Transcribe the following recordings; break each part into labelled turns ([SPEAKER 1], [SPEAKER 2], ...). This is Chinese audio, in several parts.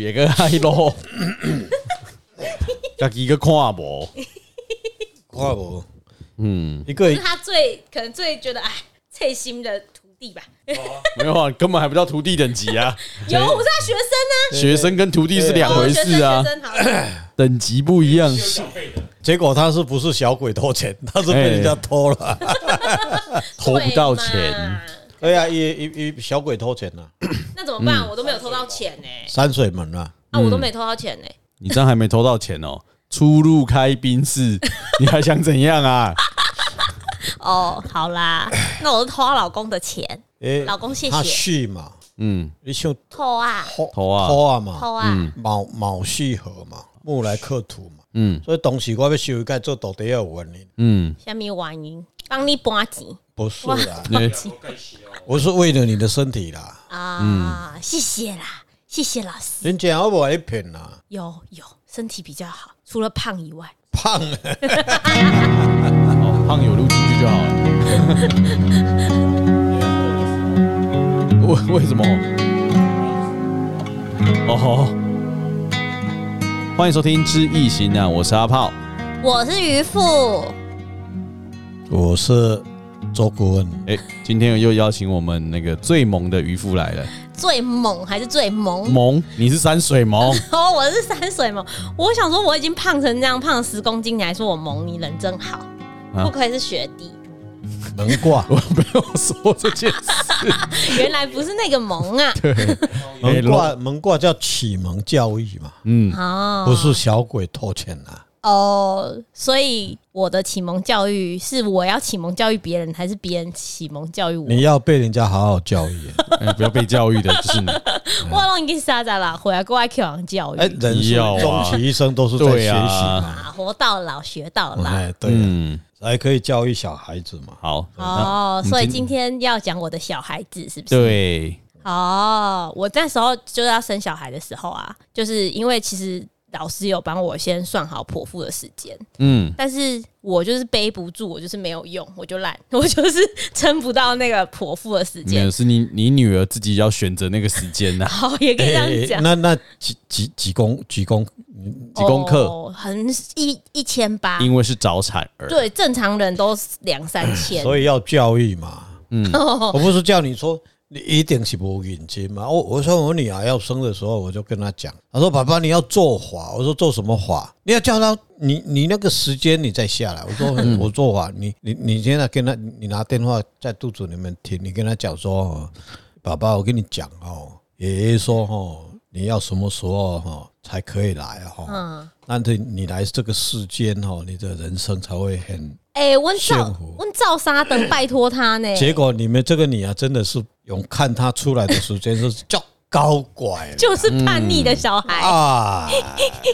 [SPEAKER 1] 别个爱咯，家己个看无，
[SPEAKER 2] 看无，
[SPEAKER 1] 嗯，
[SPEAKER 2] 一个
[SPEAKER 3] 是他最可能最觉得哎，最新的徒弟吧。
[SPEAKER 1] 没有啊，根本还不到徒弟等级啊，
[SPEAKER 3] 有，我是他学生
[SPEAKER 1] 学生跟徒弟是
[SPEAKER 3] 呢。
[SPEAKER 1] 两
[SPEAKER 3] 哦
[SPEAKER 1] 回
[SPEAKER 3] 学生
[SPEAKER 1] 事啊
[SPEAKER 3] 学，生好了
[SPEAKER 1] 等级不一样。
[SPEAKER 2] 结果他是不是小鬼偷钱？ 他是被人家偷了。
[SPEAKER 1] 投不到钱
[SPEAKER 3] 对嘛
[SPEAKER 1] 哎
[SPEAKER 2] 对呀，一一一小鬼偷钱了，
[SPEAKER 3] 那怎么
[SPEAKER 1] 嗯
[SPEAKER 3] 办？我都没有偷到钱呢、
[SPEAKER 2] 山水门啊，
[SPEAKER 3] 啊，我都没偷到钱呢、
[SPEAKER 1] 你这样还没偷到钱哦，出入开宾室，你还想怎样啊？
[SPEAKER 3] 哦，好啦，那我是偷到老公的钱，
[SPEAKER 2] 诶，
[SPEAKER 3] 老公谢谢
[SPEAKER 2] 他续嘛，
[SPEAKER 1] 嗯，
[SPEAKER 2] 你像
[SPEAKER 3] 偷啊，
[SPEAKER 2] 偷
[SPEAKER 1] 偷啊
[SPEAKER 2] 偷啊嘛，
[SPEAKER 3] 偷啊，
[SPEAKER 2] 卯卯戌合嘛，木来克土嘛，
[SPEAKER 1] 嗯
[SPEAKER 2] 所以东西我要修一改做到底要有原因，
[SPEAKER 1] 嗯，
[SPEAKER 3] 下面玩音帮你搬钱
[SPEAKER 2] 不是啦，
[SPEAKER 1] 你
[SPEAKER 2] 我是为了你的身体啦，
[SPEAKER 1] 哎
[SPEAKER 3] 啊，
[SPEAKER 1] 嗯
[SPEAKER 3] 谢谢啦，谢谢老师，
[SPEAKER 2] 人家我不会骗啦，
[SPEAKER 3] 有有身体比较好，除了胖以外，
[SPEAKER 2] 胖啊
[SPEAKER 1] 哦，胖友录进去就好了。 为为什么？哦吼！欢迎收听《知易行难》，我是阿炮。
[SPEAKER 3] 我是渔夫，
[SPEAKER 2] 我是周顾问，
[SPEAKER 1] 哎、今天又邀请我们那个最萌的渔夫来了。
[SPEAKER 3] 最猛还是最萌？
[SPEAKER 1] 萌，你是山水萌，
[SPEAKER 3] 哦，我是山水萌。我想说，我已经胖成这样，胖了十公斤，你还说我萌，你人真好，
[SPEAKER 1] 啊
[SPEAKER 3] 不愧是学弟，
[SPEAKER 2] 能 挂
[SPEAKER 1] 我没有说这件 事。哎
[SPEAKER 3] 原来不是那个 萌啊！
[SPEAKER 2] 门挂门挂叫启蒙教育嘛，
[SPEAKER 1] 嗯，
[SPEAKER 3] 哦，
[SPEAKER 2] 不是小鬼偷钱啊啦，
[SPEAKER 3] 哦，所以我的启蒙教育是我要启蒙教育别人，还是别人启蒙教育我？
[SPEAKER 2] 你要被人家好好教育。啊
[SPEAKER 1] 哎不要被教育的 就是你。
[SPEAKER 3] 我拢已经傻傻啦，回来过来 Q 王教育、
[SPEAKER 2] 哎，人是
[SPEAKER 1] 要啊
[SPEAKER 2] 终其一生都是在
[SPEAKER 1] 对
[SPEAKER 2] 学习
[SPEAKER 1] 啊
[SPEAKER 2] 嘛，
[SPEAKER 3] 啊，活到老学到老。
[SPEAKER 2] 哎，对啊，
[SPEAKER 1] 嗯，
[SPEAKER 2] 还可以教育小孩子嘛。
[SPEAKER 1] 好。
[SPEAKER 3] 哦，
[SPEAKER 2] 嗯
[SPEAKER 3] 所以今
[SPEAKER 1] 天
[SPEAKER 3] 天要讲我的小孩子是不是？
[SPEAKER 1] 对，
[SPEAKER 3] 哦，我那时候就是要生小孩的时候啊，就是因为其实老师有帮我先算好剖腹的时间，
[SPEAKER 1] 嗯，
[SPEAKER 3] 但是我就是背不住，我就是没有用，我就懒， 我就是撑不到那个剖腹的时
[SPEAKER 1] 没有
[SPEAKER 3] 间。
[SPEAKER 1] 是你你女儿自己要选择那个时间呐、
[SPEAKER 3] 好，也可以这样讲。
[SPEAKER 2] 哎 那那几几几公几公
[SPEAKER 1] 几公克
[SPEAKER 3] 哦、很一一千八，
[SPEAKER 1] 因为是早产儿。
[SPEAKER 3] 啊对，正常人都两三千，
[SPEAKER 2] 所以要教育嘛。嗯，我不是叫你说你一定是不认真嘛。我我说我女儿要生的时候，我就跟她讲，她说：“爸爸，你要做法。”我说：“做什么法？你要叫她，你你那个时间你再下来。”我说：“我做法，你你你现在跟她，你拿电话在肚子里面听，你跟她讲说哦：‘爸爸，我跟你讲哦，爷爷说哦，你要什么时候哦才可以来哦。’嗯，但是你来这个世间哦，你的人生才会很
[SPEAKER 3] 哎、温
[SPEAKER 2] 炫
[SPEAKER 3] 照
[SPEAKER 2] 富
[SPEAKER 3] 温照沙等，拜托他呢。
[SPEAKER 2] 结果你们这个女啊，真的是用看她出来的时间是叫高拐
[SPEAKER 3] 就是叛逆的小孩，
[SPEAKER 2] 啊，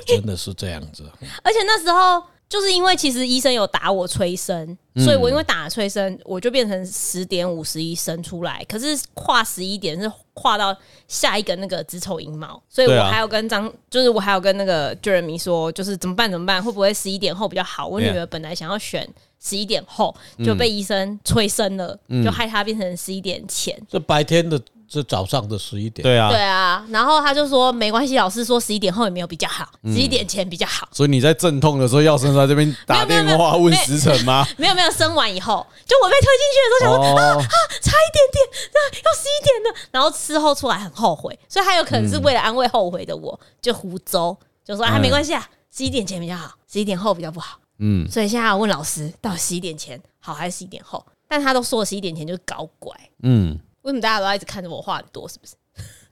[SPEAKER 2] 真的是这样子。
[SPEAKER 3] 而且那时候就是因为其实医生有打我催生，
[SPEAKER 1] 嗯
[SPEAKER 3] 所以我因为打了催生，我就变成十点五十一生出来，可是跨十一点是跨到下一个那个子丑寅卯，所以
[SPEAKER 1] 对
[SPEAKER 3] 我
[SPEAKER 1] 啊
[SPEAKER 3] 还有跟张，就是我还有跟那个 Jeremy 说，就是怎么办怎么办，会不会十一点后比较好？我女
[SPEAKER 1] Yeah
[SPEAKER 3] 儿本来想要选。十一点后就被医生催生了，
[SPEAKER 1] 嗯
[SPEAKER 3] 就害她变成十一点前。
[SPEAKER 2] 这白天的，这早上的十一点，
[SPEAKER 1] 对啊，
[SPEAKER 3] 对啊，然后他就说没关系，老师说十一点后也没有比较好，十一点前比较好。
[SPEAKER 1] 所以你在阵痛的时候，药生在这边打
[SPEAKER 3] 没有
[SPEAKER 1] 电
[SPEAKER 3] 没有
[SPEAKER 1] 话
[SPEAKER 3] 没有
[SPEAKER 1] 问时辰吗？
[SPEAKER 3] 没有没有，生完以后，就我被推进去的时候，想说、啊
[SPEAKER 1] 哦，
[SPEAKER 3] 差一点点，那要十一点了。然后事后出来很后悔，所以他有可能是为了安慰后悔的我，就胡诌，就说啊
[SPEAKER 1] 嗯
[SPEAKER 3] 没关系啊，十一点前比较好，十一点后比较不好。
[SPEAKER 1] 嗯，
[SPEAKER 3] 所以现在我问老师，到底十一点前好还是十一点后？但他都说十一点前就是搞怪，
[SPEAKER 1] 嗯，
[SPEAKER 3] 为什么大家都要一直看着我话很多？是不是？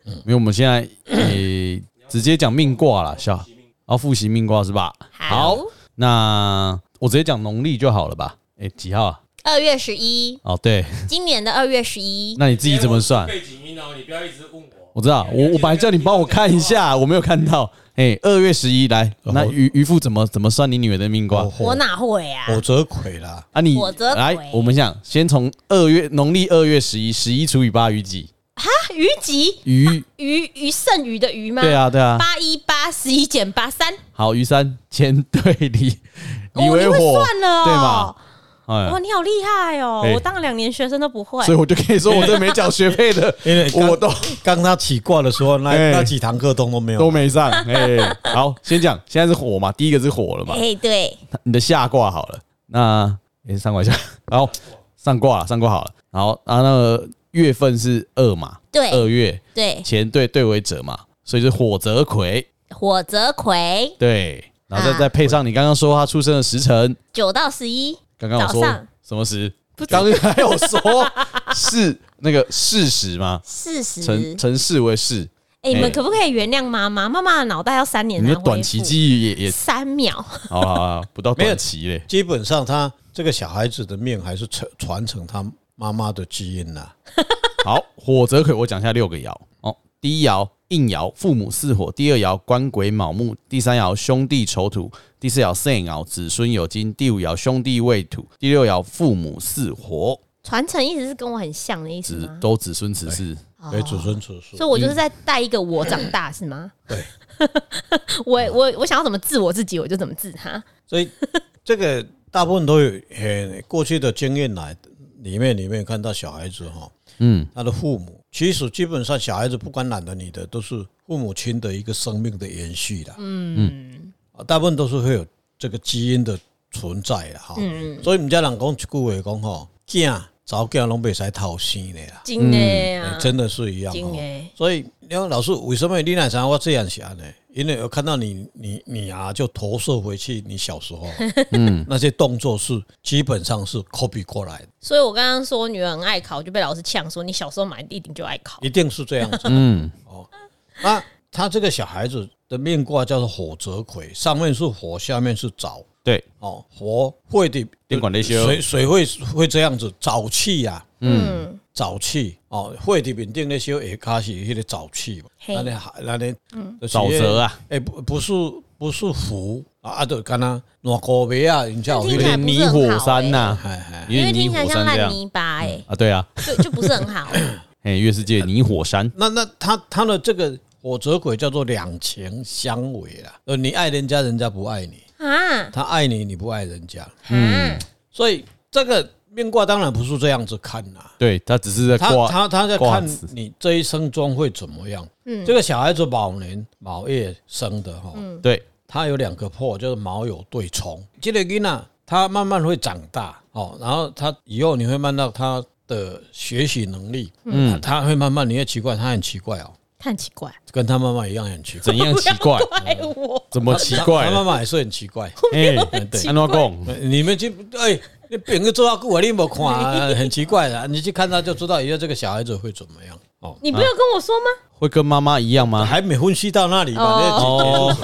[SPEAKER 1] 因为我们现在诶、直接讲命卦啦，笑，要复习命卦是吧？好，那我直接讲农历就好了吧？诶、几号啊？
[SPEAKER 3] 二月十一，
[SPEAKER 1] 哦，对，
[SPEAKER 3] 今年的二月十一，
[SPEAKER 1] 那你自己怎么算？
[SPEAKER 4] 背景音哦，你不要一直问我。
[SPEAKER 1] 我知道，我我本来叫你帮我看一下，我没有看到。诶、二月十一来，那渔渔夫怎么怎么算你女儿的命卦
[SPEAKER 2] 我？
[SPEAKER 3] 我
[SPEAKER 2] 火
[SPEAKER 3] 哪会啊？
[SPEAKER 2] 火则哦魁啦，
[SPEAKER 1] 啊你，
[SPEAKER 3] 我则鬼
[SPEAKER 1] 来，我们想先从二月农历二月十一，十一除以八余几？
[SPEAKER 3] 余吉
[SPEAKER 1] 余
[SPEAKER 3] 余余剩余的余吗？
[SPEAKER 1] 对，啊，对啊。
[SPEAKER 3] 八一八十一减八三，
[SPEAKER 1] 好，余三前队李
[SPEAKER 3] 哦
[SPEAKER 1] 李维
[SPEAKER 3] 你会
[SPEAKER 1] 火，
[SPEAKER 3] 算了哦
[SPEAKER 1] 对嘛？哎
[SPEAKER 3] 哇，，你好厉害哦！
[SPEAKER 1] 哎
[SPEAKER 3] 我当了两年学生都不会
[SPEAKER 1] 所以，我就可以说我这没缴学费的
[SPEAKER 2] 因为，刚
[SPEAKER 1] 我都
[SPEAKER 2] 刚他起卦的时候，那
[SPEAKER 1] 哎
[SPEAKER 2] 那几堂课都都 没
[SPEAKER 1] 都
[SPEAKER 2] 有。
[SPEAKER 1] 没上。哎，好，先讲，现在是火嘛，第一个是火了嘛，
[SPEAKER 3] 哎，对，
[SPEAKER 1] 你的下卦好了，那也、上卦 一下，然后上卦了，上卦好了，然后啊那个月份是二嘛，
[SPEAKER 3] 对
[SPEAKER 1] 二月
[SPEAKER 3] 对，
[SPEAKER 1] 前对对为者嘛，所以是火泽魁，
[SPEAKER 3] 火泽葵
[SPEAKER 1] 对，然后再、
[SPEAKER 3] 啊
[SPEAKER 1] 再配上你刚刚说他出生的时辰，
[SPEAKER 3] 九到十一，
[SPEAKER 1] 刚刚我说
[SPEAKER 3] 早上
[SPEAKER 1] 什么时？刚刚还有说是那个事实吗？
[SPEAKER 3] 四十
[SPEAKER 1] 陈。陈氏为事，
[SPEAKER 3] 哎，你
[SPEAKER 1] 哎
[SPEAKER 3] 们可不可以原谅妈妈？妈妈的脑袋要三年
[SPEAKER 1] 你
[SPEAKER 3] 啊才恢
[SPEAKER 1] 的
[SPEAKER 3] 复，
[SPEAKER 1] 短期记忆也也
[SPEAKER 3] 三秒。
[SPEAKER 1] 好好好，不到
[SPEAKER 2] 没有
[SPEAKER 1] 短期嘞，
[SPEAKER 2] 基本上，他这个小孩子的命还是传传承他妈妈的基因呐。
[SPEAKER 1] 好，火则魁，我讲一下六个爻哦。第一爻应爻，父母巳火；第二爻官鬼卯木；第三爻兄弟丑土；第四爻肾爻，子孙有金；第五爻兄弟未土；第六爻父母巳火，
[SPEAKER 3] 传承一直是跟我很像的意思
[SPEAKER 1] 子
[SPEAKER 3] 吗？
[SPEAKER 1] 都子孙此事。
[SPEAKER 3] 哦
[SPEAKER 2] 对，子孙子
[SPEAKER 3] 所
[SPEAKER 2] 孙
[SPEAKER 3] 以，我就是在带一个我长大，是吗？
[SPEAKER 2] 对，
[SPEAKER 3] 我我我想要怎么治我自己，我就怎么治他。
[SPEAKER 2] 所以这个大部分都有呃过去的经验来里面里面看到小孩子哈，
[SPEAKER 1] 嗯，
[SPEAKER 2] 他的父母其实基本上小孩子不管男的女的都是父母亲的一个生命的延续啦。
[SPEAKER 3] 嗯
[SPEAKER 2] 啊，大部分都是会有这个基因的存在啦哈。
[SPEAKER 3] 嗯，
[SPEAKER 2] 所以我们家人讲一句话讲吼，囝早囝拢袂使偷生的啦、
[SPEAKER 3] 金哎
[SPEAKER 1] 嗯
[SPEAKER 3] 啊
[SPEAKER 2] 欸，真的是一样
[SPEAKER 3] 金
[SPEAKER 2] 哦。
[SPEAKER 3] 哎，
[SPEAKER 2] 所以你看老师，为什么你奶茶我这样想呢？因为我看到你，你你啊，就投射回去你小时候，嗯，那些动作是基本上是 copy 过来的，
[SPEAKER 3] 所以我刚刚说女儿很爱考，就被老师呛说你小时候买一定就爱考。
[SPEAKER 2] 一定是这样子。哦
[SPEAKER 1] 嗯，
[SPEAKER 2] 那他这个小孩子的命卦叫做火泽魁，上面是火，下面是沼，
[SPEAKER 1] 对，
[SPEAKER 2] 哦，火会的
[SPEAKER 1] 电管雷修
[SPEAKER 2] 水水会会这样子，沼气呀、
[SPEAKER 3] 嗯，
[SPEAKER 2] 沼气哦，火伫面顶咧烧，下骹是迄个沼气嘛，
[SPEAKER 3] 嘿嗯
[SPEAKER 2] 那咧那咧，就是
[SPEAKER 1] 沼泽啊，
[SPEAKER 2] 诶，不不是不是湖啊，啊，就敢若烂高尾啊，人家有
[SPEAKER 1] 有
[SPEAKER 2] 迄
[SPEAKER 3] 听起
[SPEAKER 1] 点
[SPEAKER 3] 来
[SPEAKER 2] 个，
[SPEAKER 3] 不
[SPEAKER 1] 泥
[SPEAKER 3] 是很好
[SPEAKER 1] 火山呐、
[SPEAKER 2] 哎哎，
[SPEAKER 1] 有
[SPEAKER 3] 因为
[SPEAKER 1] 点泥
[SPEAKER 3] 听起来
[SPEAKER 1] 火
[SPEAKER 3] 像
[SPEAKER 1] 山这
[SPEAKER 3] 烂
[SPEAKER 1] 样
[SPEAKER 3] 泥巴哎、
[SPEAKER 1] 啊，对啊，
[SPEAKER 3] 就就不是很好。
[SPEAKER 1] 哎，月世界泥火山，
[SPEAKER 2] 那那他他的这个火泽鬼叫做两情相违啦，呃，你爱人家，人家不爱你，
[SPEAKER 3] 啊
[SPEAKER 2] 他爱你，你不爱人家，
[SPEAKER 3] 啊，
[SPEAKER 2] 所以这个命卦当然不是这样子看啦、
[SPEAKER 1] 对他只是在
[SPEAKER 2] 他
[SPEAKER 1] 挂
[SPEAKER 2] 他他在
[SPEAKER 1] 挂
[SPEAKER 2] 看
[SPEAKER 1] 子
[SPEAKER 2] 你这一生中会怎么样。这个小孩子卯年卯月生的哈，
[SPEAKER 1] 对，
[SPEAKER 2] 他有两个破，就是卯酉对冲。这个囡仔他慢慢会长大哦，然后他以后你会看到他的学习能力，嗯，他会慢慢，你会奇怪，他很奇怪哦，
[SPEAKER 3] 太奇怪，
[SPEAKER 2] 跟他妈妈一样很奇怪，
[SPEAKER 1] 怎样奇怪？
[SPEAKER 3] 怪我，
[SPEAKER 1] 怎么奇怪啊
[SPEAKER 2] 他他妈
[SPEAKER 1] 了？
[SPEAKER 2] 妈也是很奇怪。
[SPEAKER 1] 哎，
[SPEAKER 2] 嗯 对
[SPEAKER 1] 安诺贡，
[SPEAKER 2] 呃你们去哎，你饼个做到过，你没看、啊，很奇怪的、你去看他就知道以后这个小孩子会怎么样哦。
[SPEAKER 3] 你不要跟我说吗？
[SPEAKER 1] 会跟妈妈一样吗？
[SPEAKER 2] 啊还没分析到那里吧？那
[SPEAKER 1] 哦，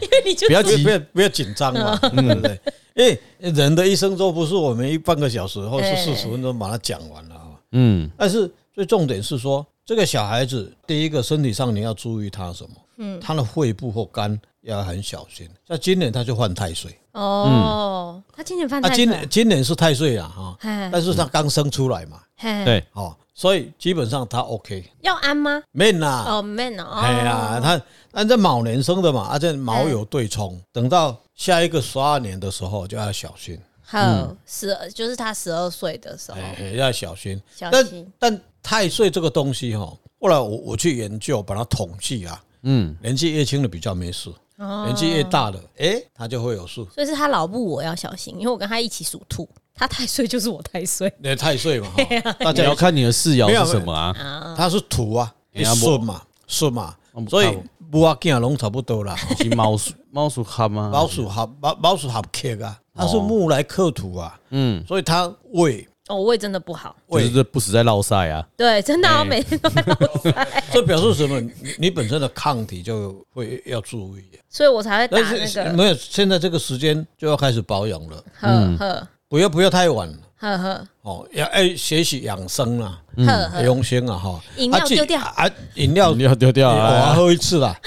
[SPEAKER 3] 因为你就
[SPEAKER 1] 不要
[SPEAKER 2] 不要
[SPEAKER 1] 急
[SPEAKER 2] 不，要不要紧张嘛，
[SPEAKER 3] 嗯
[SPEAKER 2] 对不对？因为人的一生中不是我们一半个小时或是
[SPEAKER 3] 哎
[SPEAKER 2] 四十分钟把它讲完了啊。
[SPEAKER 1] 嗯，
[SPEAKER 2] 但是最重点是说，这个小孩子第一个身体上你要注意他什么？嗯，他的肺部或肝要很小心。像今年他就犯太岁，
[SPEAKER 3] 哦，他今年犯
[SPEAKER 2] 啊，
[SPEAKER 3] 太
[SPEAKER 2] 今
[SPEAKER 3] 岁
[SPEAKER 2] 年今年是太岁了啊哈，
[SPEAKER 3] 哎
[SPEAKER 2] 但是他刚生出来嘛，
[SPEAKER 3] 嘿，
[SPEAKER 1] 对，
[SPEAKER 2] 哦，所以基本上他 OK
[SPEAKER 3] 要安吗？
[SPEAKER 2] 面啦。
[SPEAKER 3] 哦，man 哦，
[SPEAKER 2] 哎呀，他按照卯年生的嘛，而且卯有对冲，
[SPEAKER 3] 嗯
[SPEAKER 2] 等到下一个十二年的时候就要小心，
[SPEAKER 3] 好，十二就是他十二岁的时候，
[SPEAKER 2] 哎，哎要小心。
[SPEAKER 3] 哦小
[SPEAKER 2] 但
[SPEAKER 3] 心
[SPEAKER 2] 但太岁这个东西哈，后来我我去研究，把它统计啊，
[SPEAKER 1] 嗯，
[SPEAKER 2] 年纪越轻的比较没事，
[SPEAKER 3] 哦
[SPEAKER 2] 年纪越大的，哎，他就会有事。
[SPEAKER 3] 所以是他老布我要小心，因为我跟他一起属兔，他太岁就是我太岁
[SPEAKER 2] 那太岁嘛，
[SPEAKER 3] 哎
[SPEAKER 2] 哈大
[SPEAKER 1] 你
[SPEAKER 2] 家
[SPEAKER 1] 要
[SPEAKER 2] 有看
[SPEAKER 1] 看你的四爻是什么啊？
[SPEAKER 3] 啊。
[SPEAKER 2] 他是土啊，
[SPEAKER 1] 哎
[SPEAKER 2] 一
[SPEAKER 1] 呀
[SPEAKER 2] 顺嘛，顺嘛
[SPEAKER 1] 嗯，
[SPEAKER 2] 所以
[SPEAKER 1] 看
[SPEAKER 2] 不啊，见龙差不 多啦。
[SPEAKER 1] 是猫 鼠猫鼠哈吗？
[SPEAKER 2] 老鼠合老老鼠合克啊，它是木来克土啊，
[SPEAKER 1] 哦嗯，
[SPEAKER 2] 所以它胃
[SPEAKER 3] 哦，我胃真的不好，
[SPEAKER 1] 就是
[SPEAKER 2] 胃
[SPEAKER 1] 这不死在绕赛啊。
[SPEAKER 3] 对，真的啊，
[SPEAKER 1] 哎
[SPEAKER 3] 我每天都在落腮，
[SPEAKER 2] 这表示什么？你你本身的抗体就会要注意，
[SPEAKER 3] 所以我才会打
[SPEAKER 2] 但
[SPEAKER 3] 那
[SPEAKER 2] 是
[SPEAKER 3] 个
[SPEAKER 2] 没有现在这个时间就要开始保养了，
[SPEAKER 3] 呵呵
[SPEAKER 2] 不要不要太晚
[SPEAKER 3] 呵呵
[SPEAKER 2] 哦，要爱学习养生啦，
[SPEAKER 3] 呵呵，
[SPEAKER 2] 养生啊哈，
[SPEAKER 3] 嗯饮
[SPEAKER 2] 啊
[SPEAKER 3] 料
[SPEAKER 2] 这
[SPEAKER 3] 丢掉
[SPEAKER 2] 啊，饮料
[SPEAKER 1] 你。要丢掉
[SPEAKER 2] 我要
[SPEAKER 1] 啊！
[SPEAKER 2] 喝一次 啦，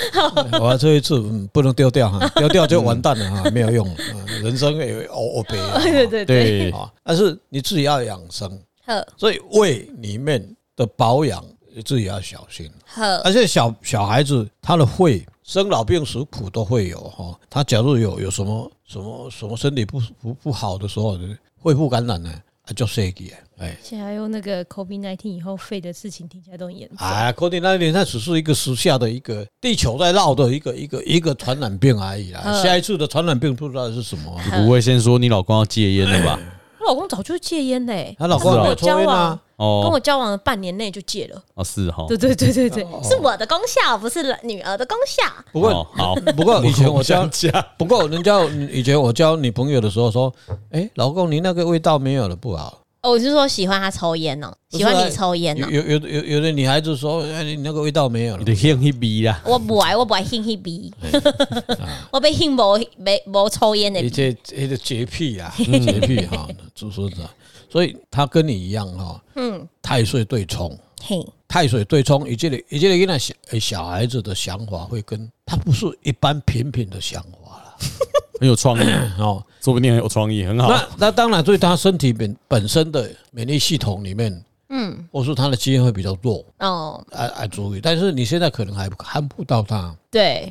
[SPEAKER 2] 我要喝一次，嗯，不能丢掉哈，丢掉就完蛋了哈，没有用了，啊人生也哦哦悲啊
[SPEAKER 3] 对对对，
[SPEAKER 1] 对，
[SPEAKER 2] 啊，但是你自己要养生，
[SPEAKER 3] 呵
[SPEAKER 2] 所以胃里面的保养自己要小心，
[SPEAKER 3] 呵
[SPEAKER 2] 而且小小孩子他的肺生老病死苦都会有哈。他假如有有什么什么什么身体不不不好的时候，肺部感染呢，啊就衰竭。哎，
[SPEAKER 3] 现在用那个 COVID nineteen 以后，肺的事情听起来都很严重。
[SPEAKER 2] 啊 c o v i 那它只是一个时下的一个地球在闹的一个一个一个传染病而已啦。
[SPEAKER 3] 嗯
[SPEAKER 2] 下一次的传染病不知道是什么啊、
[SPEAKER 1] 你不会先说你老公要戒烟 的吧？
[SPEAKER 3] 我老公早就戒烟嘞，
[SPEAKER 2] 她老公
[SPEAKER 1] 是
[SPEAKER 2] 还
[SPEAKER 1] 哦
[SPEAKER 2] 没有抽
[SPEAKER 3] 嗯交
[SPEAKER 2] 烟
[SPEAKER 3] 往
[SPEAKER 2] 啊，
[SPEAKER 3] 跟我
[SPEAKER 1] 哦，
[SPEAKER 3] 交往了半年内就戒了。
[SPEAKER 1] 哦是哈，
[SPEAKER 3] 对对对对对，
[SPEAKER 2] 哦
[SPEAKER 3] 是我的功效，不是女儿的功效。
[SPEAKER 2] 不过
[SPEAKER 1] 哦好，
[SPEAKER 2] 不过 以前我
[SPEAKER 1] 想
[SPEAKER 2] 交，
[SPEAKER 1] 加，
[SPEAKER 2] 不过人家以前我交女朋友的时候说，哎、老公你那个味道没有了不好。
[SPEAKER 3] 哦，我是说喜欢他抽烟哦，
[SPEAKER 2] 不
[SPEAKER 3] 喜
[SPEAKER 2] 是啊
[SPEAKER 3] 欢你抽烟哦
[SPEAKER 2] 有。有有的有有的女孩子说，哎、你那个味道没有了
[SPEAKER 1] 你。的烟一逼啦，
[SPEAKER 3] 我不爱，我不爱兴迄味，
[SPEAKER 2] 哎 啊
[SPEAKER 3] 我被兴无没无抽烟的
[SPEAKER 2] 一
[SPEAKER 3] 味。
[SPEAKER 2] 些一些洁癖 啊，
[SPEAKER 3] 嗯
[SPEAKER 2] 洁癖哈，就说的，所以他跟你一样哈，
[SPEAKER 3] 嗯，
[SPEAKER 2] 太岁对冲，
[SPEAKER 3] 嘿，
[SPEAKER 2] 太岁对冲，以及的以及的那小小孩子的想法会跟他不是一般平平的想法了
[SPEAKER 1] 很有 创意，
[SPEAKER 2] 哦。
[SPEAKER 1] 说不定很有创意，很好。
[SPEAKER 2] 那那当然，对他身体本本身的免疫系统里面，
[SPEAKER 3] 嗯，
[SPEAKER 2] 或是他的基因会比较弱，
[SPEAKER 3] 哦，
[SPEAKER 2] 啊啊注意。但是你现在可能还看不到他，
[SPEAKER 3] 对，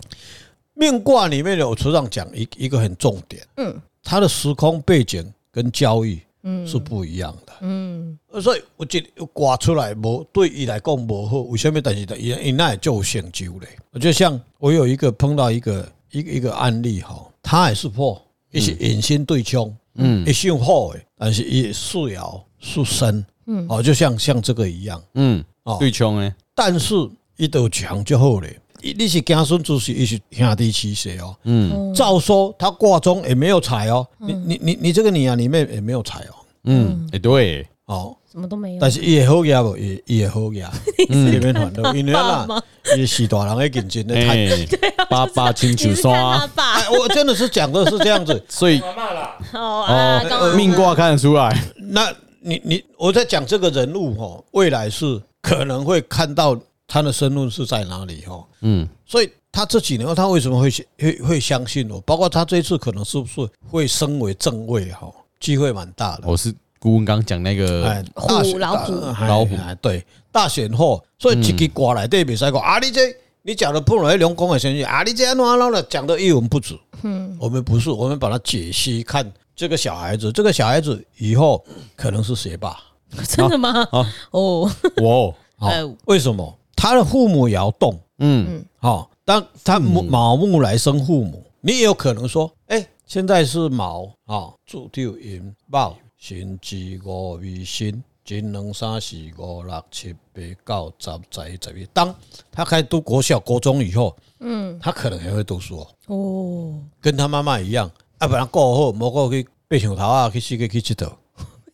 [SPEAKER 2] 命卦里面有池上讲一一个很重点，
[SPEAKER 3] 嗯，
[SPEAKER 2] 它的时空背景跟交易，嗯，是不一样的，
[SPEAKER 3] 嗯，
[SPEAKER 2] 呃所以我觉得卦出来无对伊来讲无好，为什么？但是伊伊那也就有成就嘞。我就像我有一个碰到一个一个一个案例哈，他也是破，也是引申对冲，嗯，也姓破诶，但是也是爻是身，嗯，哦，就像像这个一样，
[SPEAKER 1] 嗯
[SPEAKER 2] 哦，
[SPEAKER 1] 对冲哎，
[SPEAKER 2] 但是伊都强就好嘞。你你是子孙子是伊是兄弟七血哦，
[SPEAKER 1] 嗯
[SPEAKER 2] 照说他卦中也没有财哦，你
[SPEAKER 3] 嗯
[SPEAKER 2] 你你你这个你啊里面也没有财哦，
[SPEAKER 1] 嗯，哎对，
[SPEAKER 2] 哦，
[SPEAKER 3] 什么都没有。
[SPEAKER 2] 但是伊也好呀不，伊伊也好 呀，里面反正因为
[SPEAKER 3] 爸
[SPEAKER 2] 啦
[SPEAKER 3] 吗，
[SPEAKER 2] 伊是大人的竞争的太， 啊
[SPEAKER 1] 哎，八八清
[SPEAKER 3] 你
[SPEAKER 1] 九
[SPEAKER 3] 是看他
[SPEAKER 1] 刷，，
[SPEAKER 3] 爸
[SPEAKER 2] 哎，我真的是讲的是这样子
[SPEAKER 1] 所以
[SPEAKER 4] 妈妈啦，
[SPEAKER 3] 哦啊，
[SPEAKER 2] 哎
[SPEAKER 3] 刚
[SPEAKER 1] 哦
[SPEAKER 3] 好，
[SPEAKER 1] 命卦看得出来，
[SPEAKER 2] 那你你我在讲这个人物哦，未来是可能会看到他的身份是在哪里哦，
[SPEAKER 1] 嗯，
[SPEAKER 2] 所以他这几年后他为什么会会会相信我？包括他这一次可能是不是会升为正位哈、哦，机会蛮大的。
[SPEAKER 1] 我是顾问刚讲那
[SPEAKER 2] 哎
[SPEAKER 1] 个，
[SPEAKER 3] 虎
[SPEAKER 2] 大选
[SPEAKER 3] 老虎
[SPEAKER 2] 大哎
[SPEAKER 1] 老虎
[SPEAKER 2] 哎对，大选后，所以一句话内底袂使讲
[SPEAKER 1] 嗯
[SPEAKER 2] 啊，你这你讲的不容易龙公的先生啊，你这安怎安怎了，讲的一文不值。嗯，我们不是，我们把它解析看这个小孩子，这个小孩子以后可能是学霸。
[SPEAKER 3] 真的吗？
[SPEAKER 1] 好
[SPEAKER 3] 哦，
[SPEAKER 1] 哇，
[SPEAKER 2] 好
[SPEAKER 3] 哎呦，
[SPEAKER 2] 为什么？他的父母也要动。
[SPEAKER 1] 嗯
[SPEAKER 2] 好，当他母卯木来生父母，你也有可能说，哎、现在是卯啊，主就寅卯，辛巳午未辛，金两三四五六七八九十十一十一。当他开始读国小、国中以后，嗯，他可能还会读书哦，
[SPEAKER 3] 哦，
[SPEAKER 2] 跟他妈妈一样，要不然过后，莫过去背上头啊，去世界去佚佗。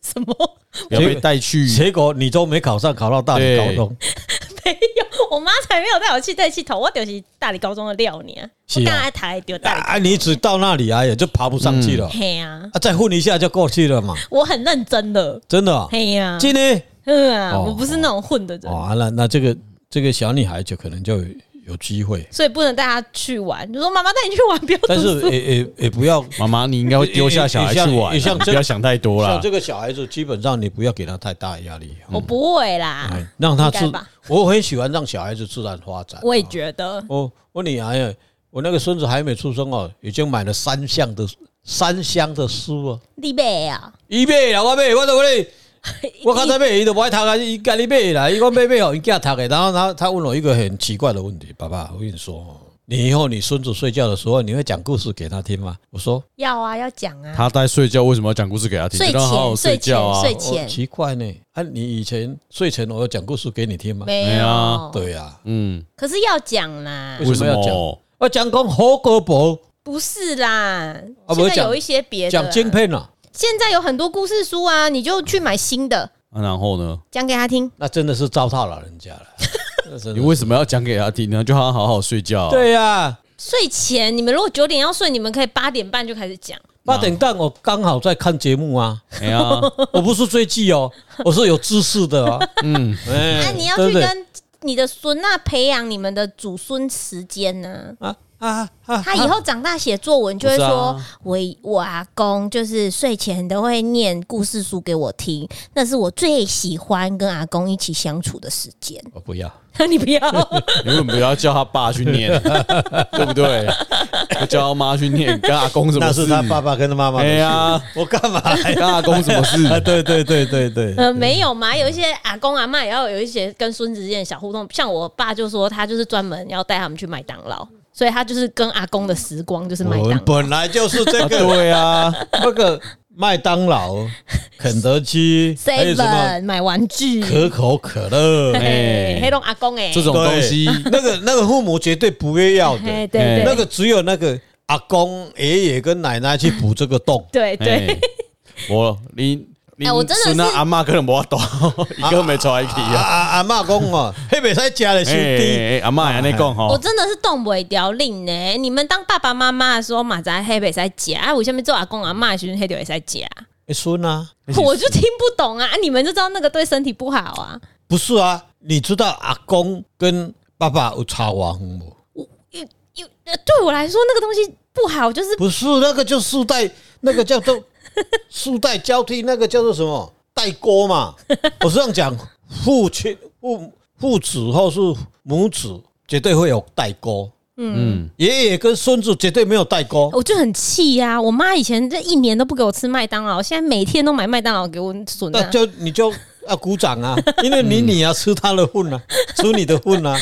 [SPEAKER 3] 什么？
[SPEAKER 1] 不要被带去，
[SPEAKER 2] 结果你都没考上，考到大理高中，
[SPEAKER 3] 没有， 我妈才没有带我去带气头，我就是大理高中的料呢。
[SPEAKER 2] 是
[SPEAKER 3] 我
[SPEAKER 2] 啊
[SPEAKER 3] 刚才台丢大理
[SPEAKER 2] 啊，你只到那里啊，也就爬不上去了，
[SPEAKER 3] 嘿呀，
[SPEAKER 2] 啊，再混一下就过去了嘛，
[SPEAKER 3] 我很认真的，
[SPEAKER 2] 真的啊、
[SPEAKER 3] 嘿嗯呀，
[SPEAKER 2] 今天
[SPEAKER 3] 嗯啊，
[SPEAKER 2] 哦
[SPEAKER 3] 我不是那种混的人，
[SPEAKER 2] 哦，啊那那这个这个小女孩就可能就有有机会，
[SPEAKER 3] 所以不能带她去玩。就 说妈妈带你去玩，不要
[SPEAKER 2] 但
[SPEAKER 3] 读
[SPEAKER 2] 是
[SPEAKER 3] 书。
[SPEAKER 2] 也也也不要
[SPEAKER 1] 妈妈你应该会丢下小孩去玩
[SPEAKER 2] 也像也
[SPEAKER 1] 啊，
[SPEAKER 2] 像
[SPEAKER 1] 你不要想太多啦
[SPEAKER 2] 像。这个小孩子，基本上你不要给她太大的压力，啊
[SPEAKER 3] 我不会啦，
[SPEAKER 2] 哎，让她
[SPEAKER 3] 啊应
[SPEAKER 2] 自
[SPEAKER 3] 该吧，
[SPEAKER 2] 我很喜欢让小孩子自然发展。哦
[SPEAKER 3] 我也觉得，
[SPEAKER 2] 我我女儿呀，我那个孙子还没出生哦，已经买了三箱的三箱的书哦，
[SPEAKER 3] 你妹啊，
[SPEAKER 2] 伊买啦，我买，我怎么咧？我刚才买，伊都不爱读啊，伊家己买啦，伊讲买买哦，伊家读的。然后他他问我一个很奇怪的问题，爸爸，我跟你说哦，你以后你孙子睡觉的时候，你会讲故事给他听吗？我说
[SPEAKER 3] 要啊，要讲啊，
[SPEAKER 1] 他在睡觉，为什么要讲故事给他听？
[SPEAKER 3] 睡
[SPEAKER 1] 就让他好好
[SPEAKER 3] 前
[SPEAKER 1] 睡
[SPEAKER 3] 睡
[SPEAKER 1] 觉啊
[SPEAKER 3] 前。睡
[SPEAKER 2] 哦，
[SPEAKER 3] 前
[SPEAKER 2] 奇怪呢，啊，你以前睡前我有讲故事给你 听吗？
[SPEAKER 3] 没
[SPEAKER 1] 没
[SPEAKER 3] 有
[SPEAKER 1] 啊，
[SPEAKER 2] 对哎呀、啊，
[SPEAKER 1] 嗯，
[SPEAKER 3] 可是要讲啦，
[SPEAKER 2] 为
[SPEAKER 1] 为什
[SPEAKER 2] 什么要讲
[SPEAKER 1] 么？
[SPEAKER 2] 我讲哦讲好哥伯，
[SPEAKER 3] 不是啦，
[SPEAKER 2] 啊不
[SPEAKER 3] 现
[SPEAKER 2] 是
[SPEAKER 3] 在
[SPEAKER 2] 讲
[SPEAKER 3] 有一些别的
[SPEAKER 2] 讲
[SPEAKER 3] 啊，
[SPEAKER 2] 晶片啊，
[SPEAKER 3] 现在有很多故事书啊，你就去买新的
[SPEAKER 1] 啊然后呢？
[SPEAKER 3] 讲给他听。
[SPEAKER 2] 那真的是糟蹋老人家了。那真的
[SPEAKER 1] 你为什么要讲给他听呢？就让他好好睡觉啊。
[SPEAKER 2] 对呀、
[SPEAKER 3] 睡前你们如果九点要睡，你们可以八点半就开始讲。
[SPEAKER 2] 八点档我刚好在看节目啊，
[SPEAKER 1] 哎呀，
[SPEAKER 2] 我不是追剧哦，我是有知识的哦。嗯，哎
[SPEAKER 3] 啊那、你要
[SPEAKER 2] 对
[SPEAKER 3] 去
[SPEAKER 2] 不对
[SPEAKER 3] 跟你的孙啊培养你们的祖孙时间呢、
[SPEAKER 2] 啊啊啊！
[SPEAKER 3] 他以后长大写作文就会说，我我阿公就是睡前都会念故事书给我听，那是我最喜欢跟阿公一起相处的时间。
[SPEAKER 2] 我不要，
[SPEAKER 3] 你 不要，
[SPEAKER 1] 你为什么不要叫他爸去 念，对不对？就叫他妈去念，跟阿公什么
[SPEAKER 2] 那
[SPEAKER 1] 事？
[SPEAKER 2] 是他爸爸跟他妈妈的
[SPEAKER 1] 哎
[SPEAKER 2] 事。
[SPEAKER 1] 呀，
[SPEAKER 2] 我干嘛来？
[SPEAKER 1] 跟阿公什么 事？
[SPEAKER 2] 啊，对对对对对，
[SPEAKER 3] 呃，没有嘛，有一些阿公阿妈也要有一些跟孙子之间的小互动，像我爸就说他就是专门要带他们去麦当劳，所以他就是跟阿公的时光就是麦
[SPEAKER 2] 我们
[SPEAKER 3] 当劳。
[SPEAKER 2] 本来就是这
[SPEAKER 1] 啊
[SPEAKER 2] 个
[SPEAKER 1] 对啊，
[SPEAKER 2] 那个麦当劳、肯德基，还有什么
[SPEAKER 3] seven 买玩具，
[SPEAKER 2] 可口可乐，
[SPEAKER 1] 哎
[SPEAKER 3] 嘿黑龙阿公哎、
[SPEAKER 1] 这种
[SPEAKER 2] 对
[SPEAKER 1] 东西，
[SPEAKER 2] 那个那个父母绝对不会要
[SPEAKER 3] 嘿
[SPEAKER 2] 的，哎
[SPEAKER 3] 对对。
[SPEAKER 2] 那个只有那个阿公、爷爷跟奶奶去补这个洞
[SPEAKER 3] 对对，
[SPEAKER 1] 哎，我你你
[SPEAKER 3] 哎我真的
[SPEAKER 1] 孙啊
[SPEAKER 3] 是
[SPEAKER 1] 阿妈可能无 懂，一个没出来去
[SPEAKER 2] 啊啊
[SPEAKER 1] 啊。
[SPEAKER 2] 啊！阿妈讲哦，迄袂使食的
[SPEAKER 1] 哎
[SPEAKER 2] 兄弟，
[SPEAKER 1] 哎，哎阿妈安尼讲
[SPEAKER 2] 哦
[SPEAKER 3] 我
[SPEAKER 1] 吼，
[SPEAKER 3] 真的是动不了令呢、你们当爸爸妈妈的时候，马仔黑北在夹，啊，我下面做阿公阿妈的时候黑北在夹，
[SPEAKER 2] 诶孙啊，
[SPEAKER 3] 我就听不懂啊！啊你们就知道那个对身体不好啊。
[SPEAKER 2] 不是啊？你知道阿公跟爸爸有差王无？
[SPEAKER 3] 有呃对我来说，那个东西不好，就是
[SPEAKER 2] 不是，那个就世代，那个叫做世代交替，那个叫做什么代沟嘛？我是这样讲，父亲父父子或是母子绝对会有代沟，
[SPEAKER 1] 嗯，
[SPEAKER 2] 爷爷跟孙子绝对没有代沟。
[SPEAKER 3] 我就很气呀、我妈以前这一年都不给我吃麦当劳，现在每天都买麦当劳给我孙
[SPEAKER 2] 那
[SPEAKER 3] 啊。
[SPEAKER 2] 就你就要鼓掌啊，因为你你要吃他的份啊，吃你的份啊，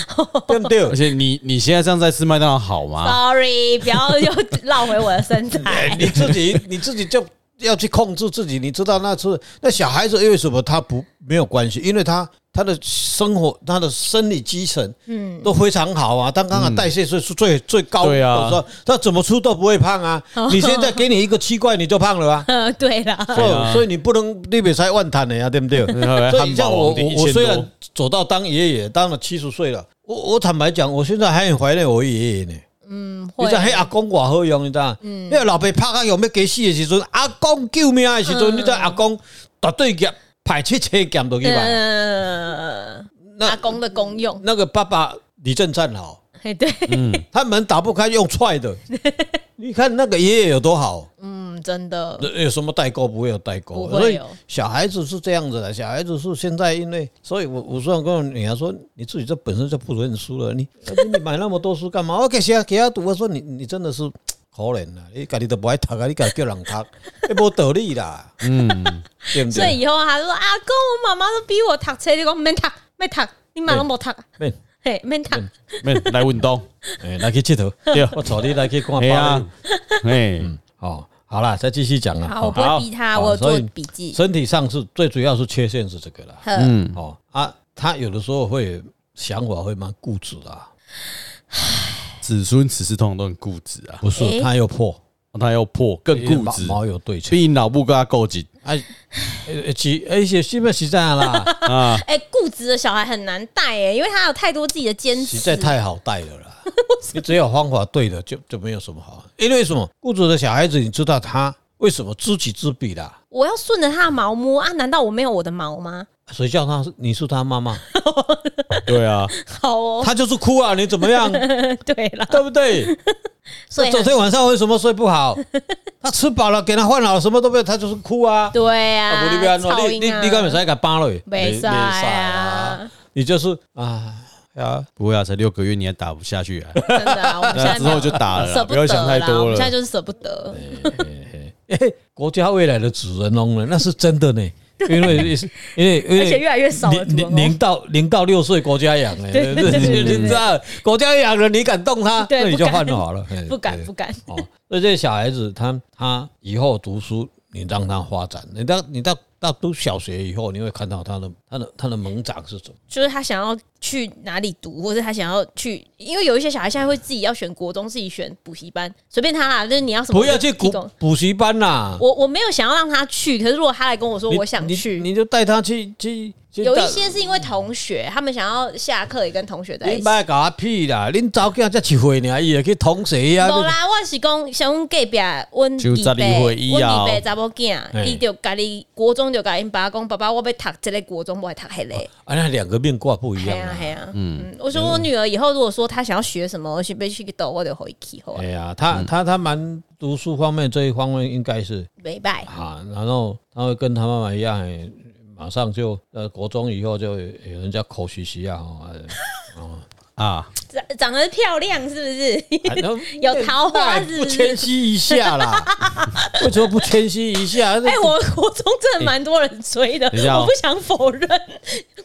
[SPEAKER 2] 对不
[SPEAKER 1] 而
[SPEAKER 2] 对？
[SPEAKER 1] 且你你现在这样在吃麦当劳好吗？
[SPEAKER 2] 啊
[SPEAKER 3] Sorry，不要又绕回我的身 材。
[SPEAKER 2] 你自己你自己就要去控制自己，你知道那是那小孩子为什么他不没有关系？因为他他的生活他的生理机能嗯都非常好啊，他刚刚代谢是是最最高的
[SPEAKER 1] 对
[SPEAKER 2] 时
[SPEAKER 1] 啊
[SPEAKER 2] 候，他怎么吃都不会胖啊。你现在给你一个七块你就胖了啊。
[SPEAKER 3] 呃， 对啦，
[SPEAKER 2] 所
[SPEAKER 1] 对啊
[SPEAKER 2] 以所以你不能你别才万谈的呀，对不对？
[SPEAKER 1] 对啊
[SPEAKER 2] 所以像我
[SPEAKER 1] 汉堡王的
[SPEAKER 2] 我我
[SPEAKER 1] 1000
[SPEAKER 2] 虽
[SPEAKER 1] 多
[SPEAKER 2] 然走到当爷爷，当了七十岁了，我我坦白讲，我现在还很怀念我爷爷呢。
[SPEAKER 3] 嗯，
[SPEAKER 2] 你
[SPEAKER 3] 会
[SPEAKER 2] 知道迄阿公偌好用，你知道？因为老爸拍到用要假死的时阵，阿公救命的时阵，你知道阿公绝对夹排七车夹到
[SPEAKER 3] 嗯
[SPEAKER 2] 去吧？
[SPEAKER 3] 呃，阿
[SPEAKER 2] 那
[SPEAKER 3] 公的功用，
[SPEAKER 2] 那个爸爸李正战好，
[SPEAKER 3] 嘿，对，
[SPEAKER 2] 他门打不开用踹的，你看那个爷爷有多好。
[SPEAKER 3] 嗯，真的，
[SPEAKER 2] 有什么代沟？不会有代沟，
[SPEAKER 3] 不会有
[SPEAKER 2] 所以小孩子是这样子的。小孩子是现在因为，所以我我说跟我女儿说，你自己这本身就不认输了，你你买那么多书干嘛？我给谁给他读？我说你你真的是可怜啦，你家己都不爱读啊，你家己叫人读，那没道理啦，嗯，对不
[SPEAKER 3] 所以
[SPEAKER 2] 对？
[SPEAKER 3] 以后他就说阿公，我妈妈都逼我读册，你讲免读，免读，你妈拢无读，
[SPEAKER 2] 免
[SPEAKER 3] 嘿，免读，
[SPEAKER 2] 嗯
[SPEAKER 1] 没来运 动，
[SPEAKER 2] 哎，来去佚佗，
[SPEAKER 1] 对，
[SPEAKER 2] 我找你来去看芭
[SPEAKER 1] 哎呀
[SPEAKER 2] 蕾舞。，
[SPEAKER 1] 哎，
[SPEAKER 2] 哦，好啦，再继续讲了。
[SPEAKER 3] 好，我
[SPEAKER 2] 哦
[SPEAKER 3] 不会逼他，
[SPEAKER 2] 好
[SPEAKER 3] 我有做
[SPEAKER 2] 所以
[SPEAKER 3] 笔记，
[SPEAKER 2] 身体上是最主要是缺陷是这个啦。
[SPEAKER 3] 呵，
[SPEAKER 1] 嗯，
[SPEAKER 2] 哦啊，他有的时候会想法会蛮固执的、啊，
[SPEAKER 1] 子孙此事通常都很固执啊，
[SPEAKER 2] 不是
[SPEAKER 3] 诶
[SPEAKER 2] 他又破，
[SPEAKER 1] 他要破更固
[SPEAKER 2] 毛
[SPEAKER 1] 执，
[SPEAKER 2] 哎毛有对称，
[SPEAKER 1] 比你脑部更加固 执
[SPEAKER 2] 哎，呃其而且是不是这样啦？
[SPEAKER 1] 啊，
[SPEAKER 3] 哎，固执的小孩很难带哎，因为他有太多自己的坚持，
[SPEAKER 2] 实在太好带了啦。你只有方法对了，就就没有什么好。因为什么？固执的小孩子，你知道他为什么知己知彼啦？
[SPEAKER 3] 我要顺着他的毛摸啊，难道我没有我的毛吗？
[SPEAKER 2] 谁叫他是你是他妈妈？
[SPEAKER 1] 对啊，
[SPEAKER 3] 好哦，
[SPEAKER 2] 他就是哭啊，你怎么样？
[SPEAKER 3] 对啦，
[SPEAKER 2] 对不对？
[SPEAKER 3] 所以
[SPEAKER 2] 昨天晚上为什么睡不好？他吃饱了，给他换好了，什么都没有，他就是哭啊。
[SPEAKER 3] 对
[SPEAKER 2] 啊，无你
[SPEAKER 3] 啊，
[SPEAKER 2] 要安怎？
[SPEAKER 3] 噪
[SPEAKER 2] 你
[SPEAKER 3] 音
[SPEAKER 2] 你你敢袂使甲扒落去？
[SPEAKER 3] 袂
[SPEAKER 2] 袂
[SPEAKER 3] 使
[SPEAKER 2] 使
[SPEAKER 3] 啊，
[SPEAKER 2] 你就是啊啊，
[SPEAKER 1] 不会啊，才六个月你还打不下去啊，
[SPEAKER 3] 真的啊，我们现
[SPEAKER 1] 那
[SPEAKER 3] 在
[SPEAKER 1] 之后就打了
[SPEAKER 3] 舍
[SPEAKER 1] 啦，
[SPEAKER 3] 不
[SPEAKER 1] 不
[SPEAKER 3] 得
[SPEAKER 1] 要
[SPEAKER 3] 啦
[SPEAKER 1] 想太
[SPEAKER 3] 我
[SPEAKER 1] 多
[SPEAKER 3] 们现在
[SPEAKER 1] 了，
[SPEAKER 3] 就是舍不得，
[SPEAKER 2] 国家未来的主人翁呢，那是真的 呢。因为因为因为
[SPEAKER 3] 而且越来越少了
[SPEAKER 2] 零
[SPEAKER 3] 主
[SPEAKER 2] 零
[SPEAKER 3] 人翁
[SPEAKER 2] 零到零到六岁国家养呢，
[SPEAKER 3] 对对对对对
[SPEAKER 2] 你知道国家养了，你敢动他，
[SPEAKER 3] 对
[SPEAKER 2] 那你
[SPEAKER 3] 不
[SPEAKER 2] 就
[SPEAKER 3] 敢
[SPEAKER 2] 换好 了，
[SPEAKER 3] 不敢
[SPEAKER 2] 对
[SPEAKER 3] 不敢，
[SPEAKER 2] 哦，所以这些小孩子他他以后读书，你让他发展，你到你到到读小学以后，你会看到他的他的他的猛长是什么。
[SPEAKER 3] 就是他想要去哪里读，或者他想要去，因为有一些小孩现在会自己要选国中，自己选补习班，随便他啦，就是你要什么
[SPEAKER 2] 不要去
[SPEAKER 3] 提
[SPEAKER 2] 补
[SPEAKER 3] 供
[SPEAKER 2] 补习班啦，
[SPEAKER 3] 我我没有想要让他去，可是如果他来跟我说
[SPEAKER 2] 你
[SPEAKER 3] 我想
[SPEAKER 2] 你
[SPEAKER 3] 去，
[SPEAKER 2] 你就带他去去去
[SPEAKER 3] 有
[SPEAKER 2] 带
[SPEAKER 3] 一些哎是因为同学，他们想要下课也跟同学在一
[SPEAKER 2] 你
[SPEAKER 3] 起。
[SPEAKER 2] 别搞他屁啦！恁早囝才一岁尔，伊会去捅谁啊？
[SPEAKER 3] 无啦，我是讲像阮隔壁，阮
[SPEAKER 1] 就
[SPEAKER 3] 弟
[SPEAKER 1] 12
[SPEAKER 3] 妹，
[SPEAKER 1] 岁以
[SPEAKER 3] 阮
[SPEAKER 1] 后
[SPEAKER 3] 弟妹查某囝，
[SPEAKER 2] 嘿
[SPEAKER 3] 伊就家己国中就甲因爸讲，爸爸，我要读即个国中我会读迄个。
[SPEAKER 2] 啊，那两个面挂不一
[SPEAKER 3] 嘿
[SPEAKER 2] 样
[SPEAKER 3] 啊
[SPEAKER 2] 啊。
[SPEAKER 3] 嘿啊，嗯，我说我女儿以后如果说她想要学什么，我去被去抖，我就回去好啊
[SPEAKER 2] 哎，呀，他他他蛮读书方面这一方面应该是
[SPEAKER 3] 拜拜。
[SPEAKER 2] 啊，然后他会跟他妈妈一样，哎马上就呃国中以后就哎人家口学习啊，哦哎
[SPEAKER 1] 啊，
[SPEAKER 3] 长长得漂亮是不是？
[SPEAKER 2] 哎那
[SPEAKER 3] 有桃花是
[SPEAKER 2] 不
[SPEAKER 3] 不是
[SPEAKER 2] 谦？虚一下啦？为什么不谦虚一下？
[SPEAKER 3] 哎、我国中真的蛮多人追的，
[SPEAKER 1] 等一下哦
[SPEAKER 3] 我不想否认。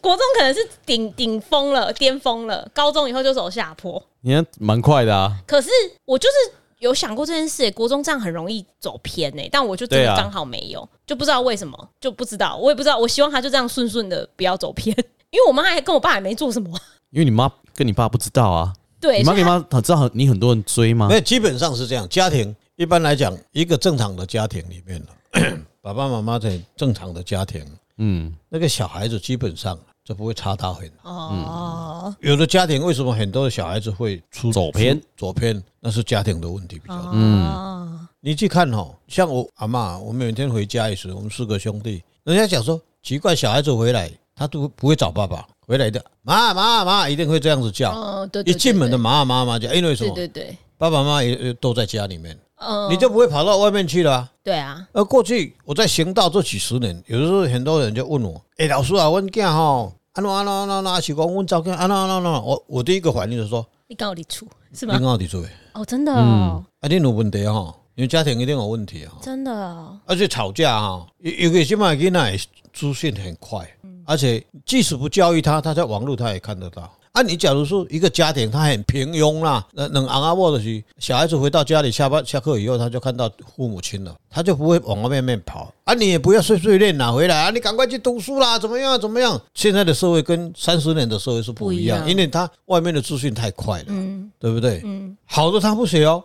[SPEAKER 3] 国中可能是顶顶峰了，巅峰了，高中以后就走下坡。
[SPEAKER 1] 你看蛮快的啊，
[SPEAKER 3] 可是我就是有想过这件事、国中这样很容易走偏呢、但我就真
[SPEAKER 1] 对
[SPEAKER 3] 的
[SPEAKER 1] 啊
[SPEAKER 3] 刚好没有，就不知道为什么，就不知道，我也不知道。我希望他就这样顺顺的，不要走偏， 因为我妈还跟我爸也没做什么。啊
[SPEAKER 1] 因为你妈跟你爸不知道啊，
[SPEAKER 3] 对，
[SPEAKER 1] 你妈
[SPEAKER 3] 所
[SPEAKER 1] 跟
[SPEAKER 3] 以
[SPEAKER 1] 你
[SPEAKER 3] 她
[SPEAKER 1] 妈知道你很多人追吗
[SPEAKER 2] 那？基本上是这样，家庭一般来讲，一个正常的家庭里面 了，爸爸妈妈在正常的家庭，
[SPEAKER 1] 嗯，
[SPEAKER 2] 那个小孩子基本上就不会差他很。
[SPEAKER 3] 哦，
[SPEAKER 2] 有的家庭为什么很多的小孩子会出
[SPEAKER 1] 走偏
[SPEAKER 2] 出走偏？那是家庭的问题比较多。
[SPEAKER 3] 嗯，
[SPEAKER 2] 你去看哦，像我阿妈，我每天回家也是，我们四个兄弟，人家讲说奇怪，小孩子回来他都不会找爸爸，回来的妈妈妈一定会这样子叫，
[SPEAKER 3] 哦，对，对
[SPEAKER 2] 一进门的，妈妈妈叫，因为什
[SPEAKER 3] 对
[SPEAKER 2] 么？
[SPEAKER 3] 对对对对，
[SPEAKER 2] 爸爸妈妈也也都在家里面，
[SPEAKER 3] 嗯，
[SPEAKER 2] 你就不会跑到外面去了啊、
[SPEAKER 3] 对啊，
[SPEAKER 2] 而过去我在行道这几十年，有的时候很多人就问我：“哎、老师啊，阮囝吼，安怎安怎安怎安怎，还是讲阮早囝安怎安怎安怎？”我我第一个反应就说
[SPEAKER 3] 你刚好你出：“是
[SPEAKER 2] 你
[SPEAKER 3] 吗
[SPEAKER 2] 跟？我伫做咩？
[SPEAKER 3] 哦，真的哦，
[SPEAKER 2] 啊，恁有问题吼，因为家庭一定有问题吼，
[SPEAKER 3] 真的哦，
[SPEAKER 2] 而且吵架啊吼，尤尤其现在囡仔的资讯很快，
[SPEAKER 3] 嗯
[SPEAKER 2] 而且即使不教育他，他在网络他也看得到。”啊，你假如说一个家庭他很平庸啦，那能昂阿沃的是小孩子回到家里下班下课以后，他就看到父母亲了，他就不会往外面跑啊，你也不要碎碎念啦，回来啊，你赶快去读书啦，怎么样啊怎么样？现在的社会跟三十年的社会是不一样，
[SPEAKER 3] 不一样
[SPEAKER 2] 因为他外面的资讯太快了，
[SPEAKER 3] 嗯
[SPEAKER 2] 对不对？
[SPEAKER 3] 嗯，
[SPEAKER 2] 好的他不学 哦，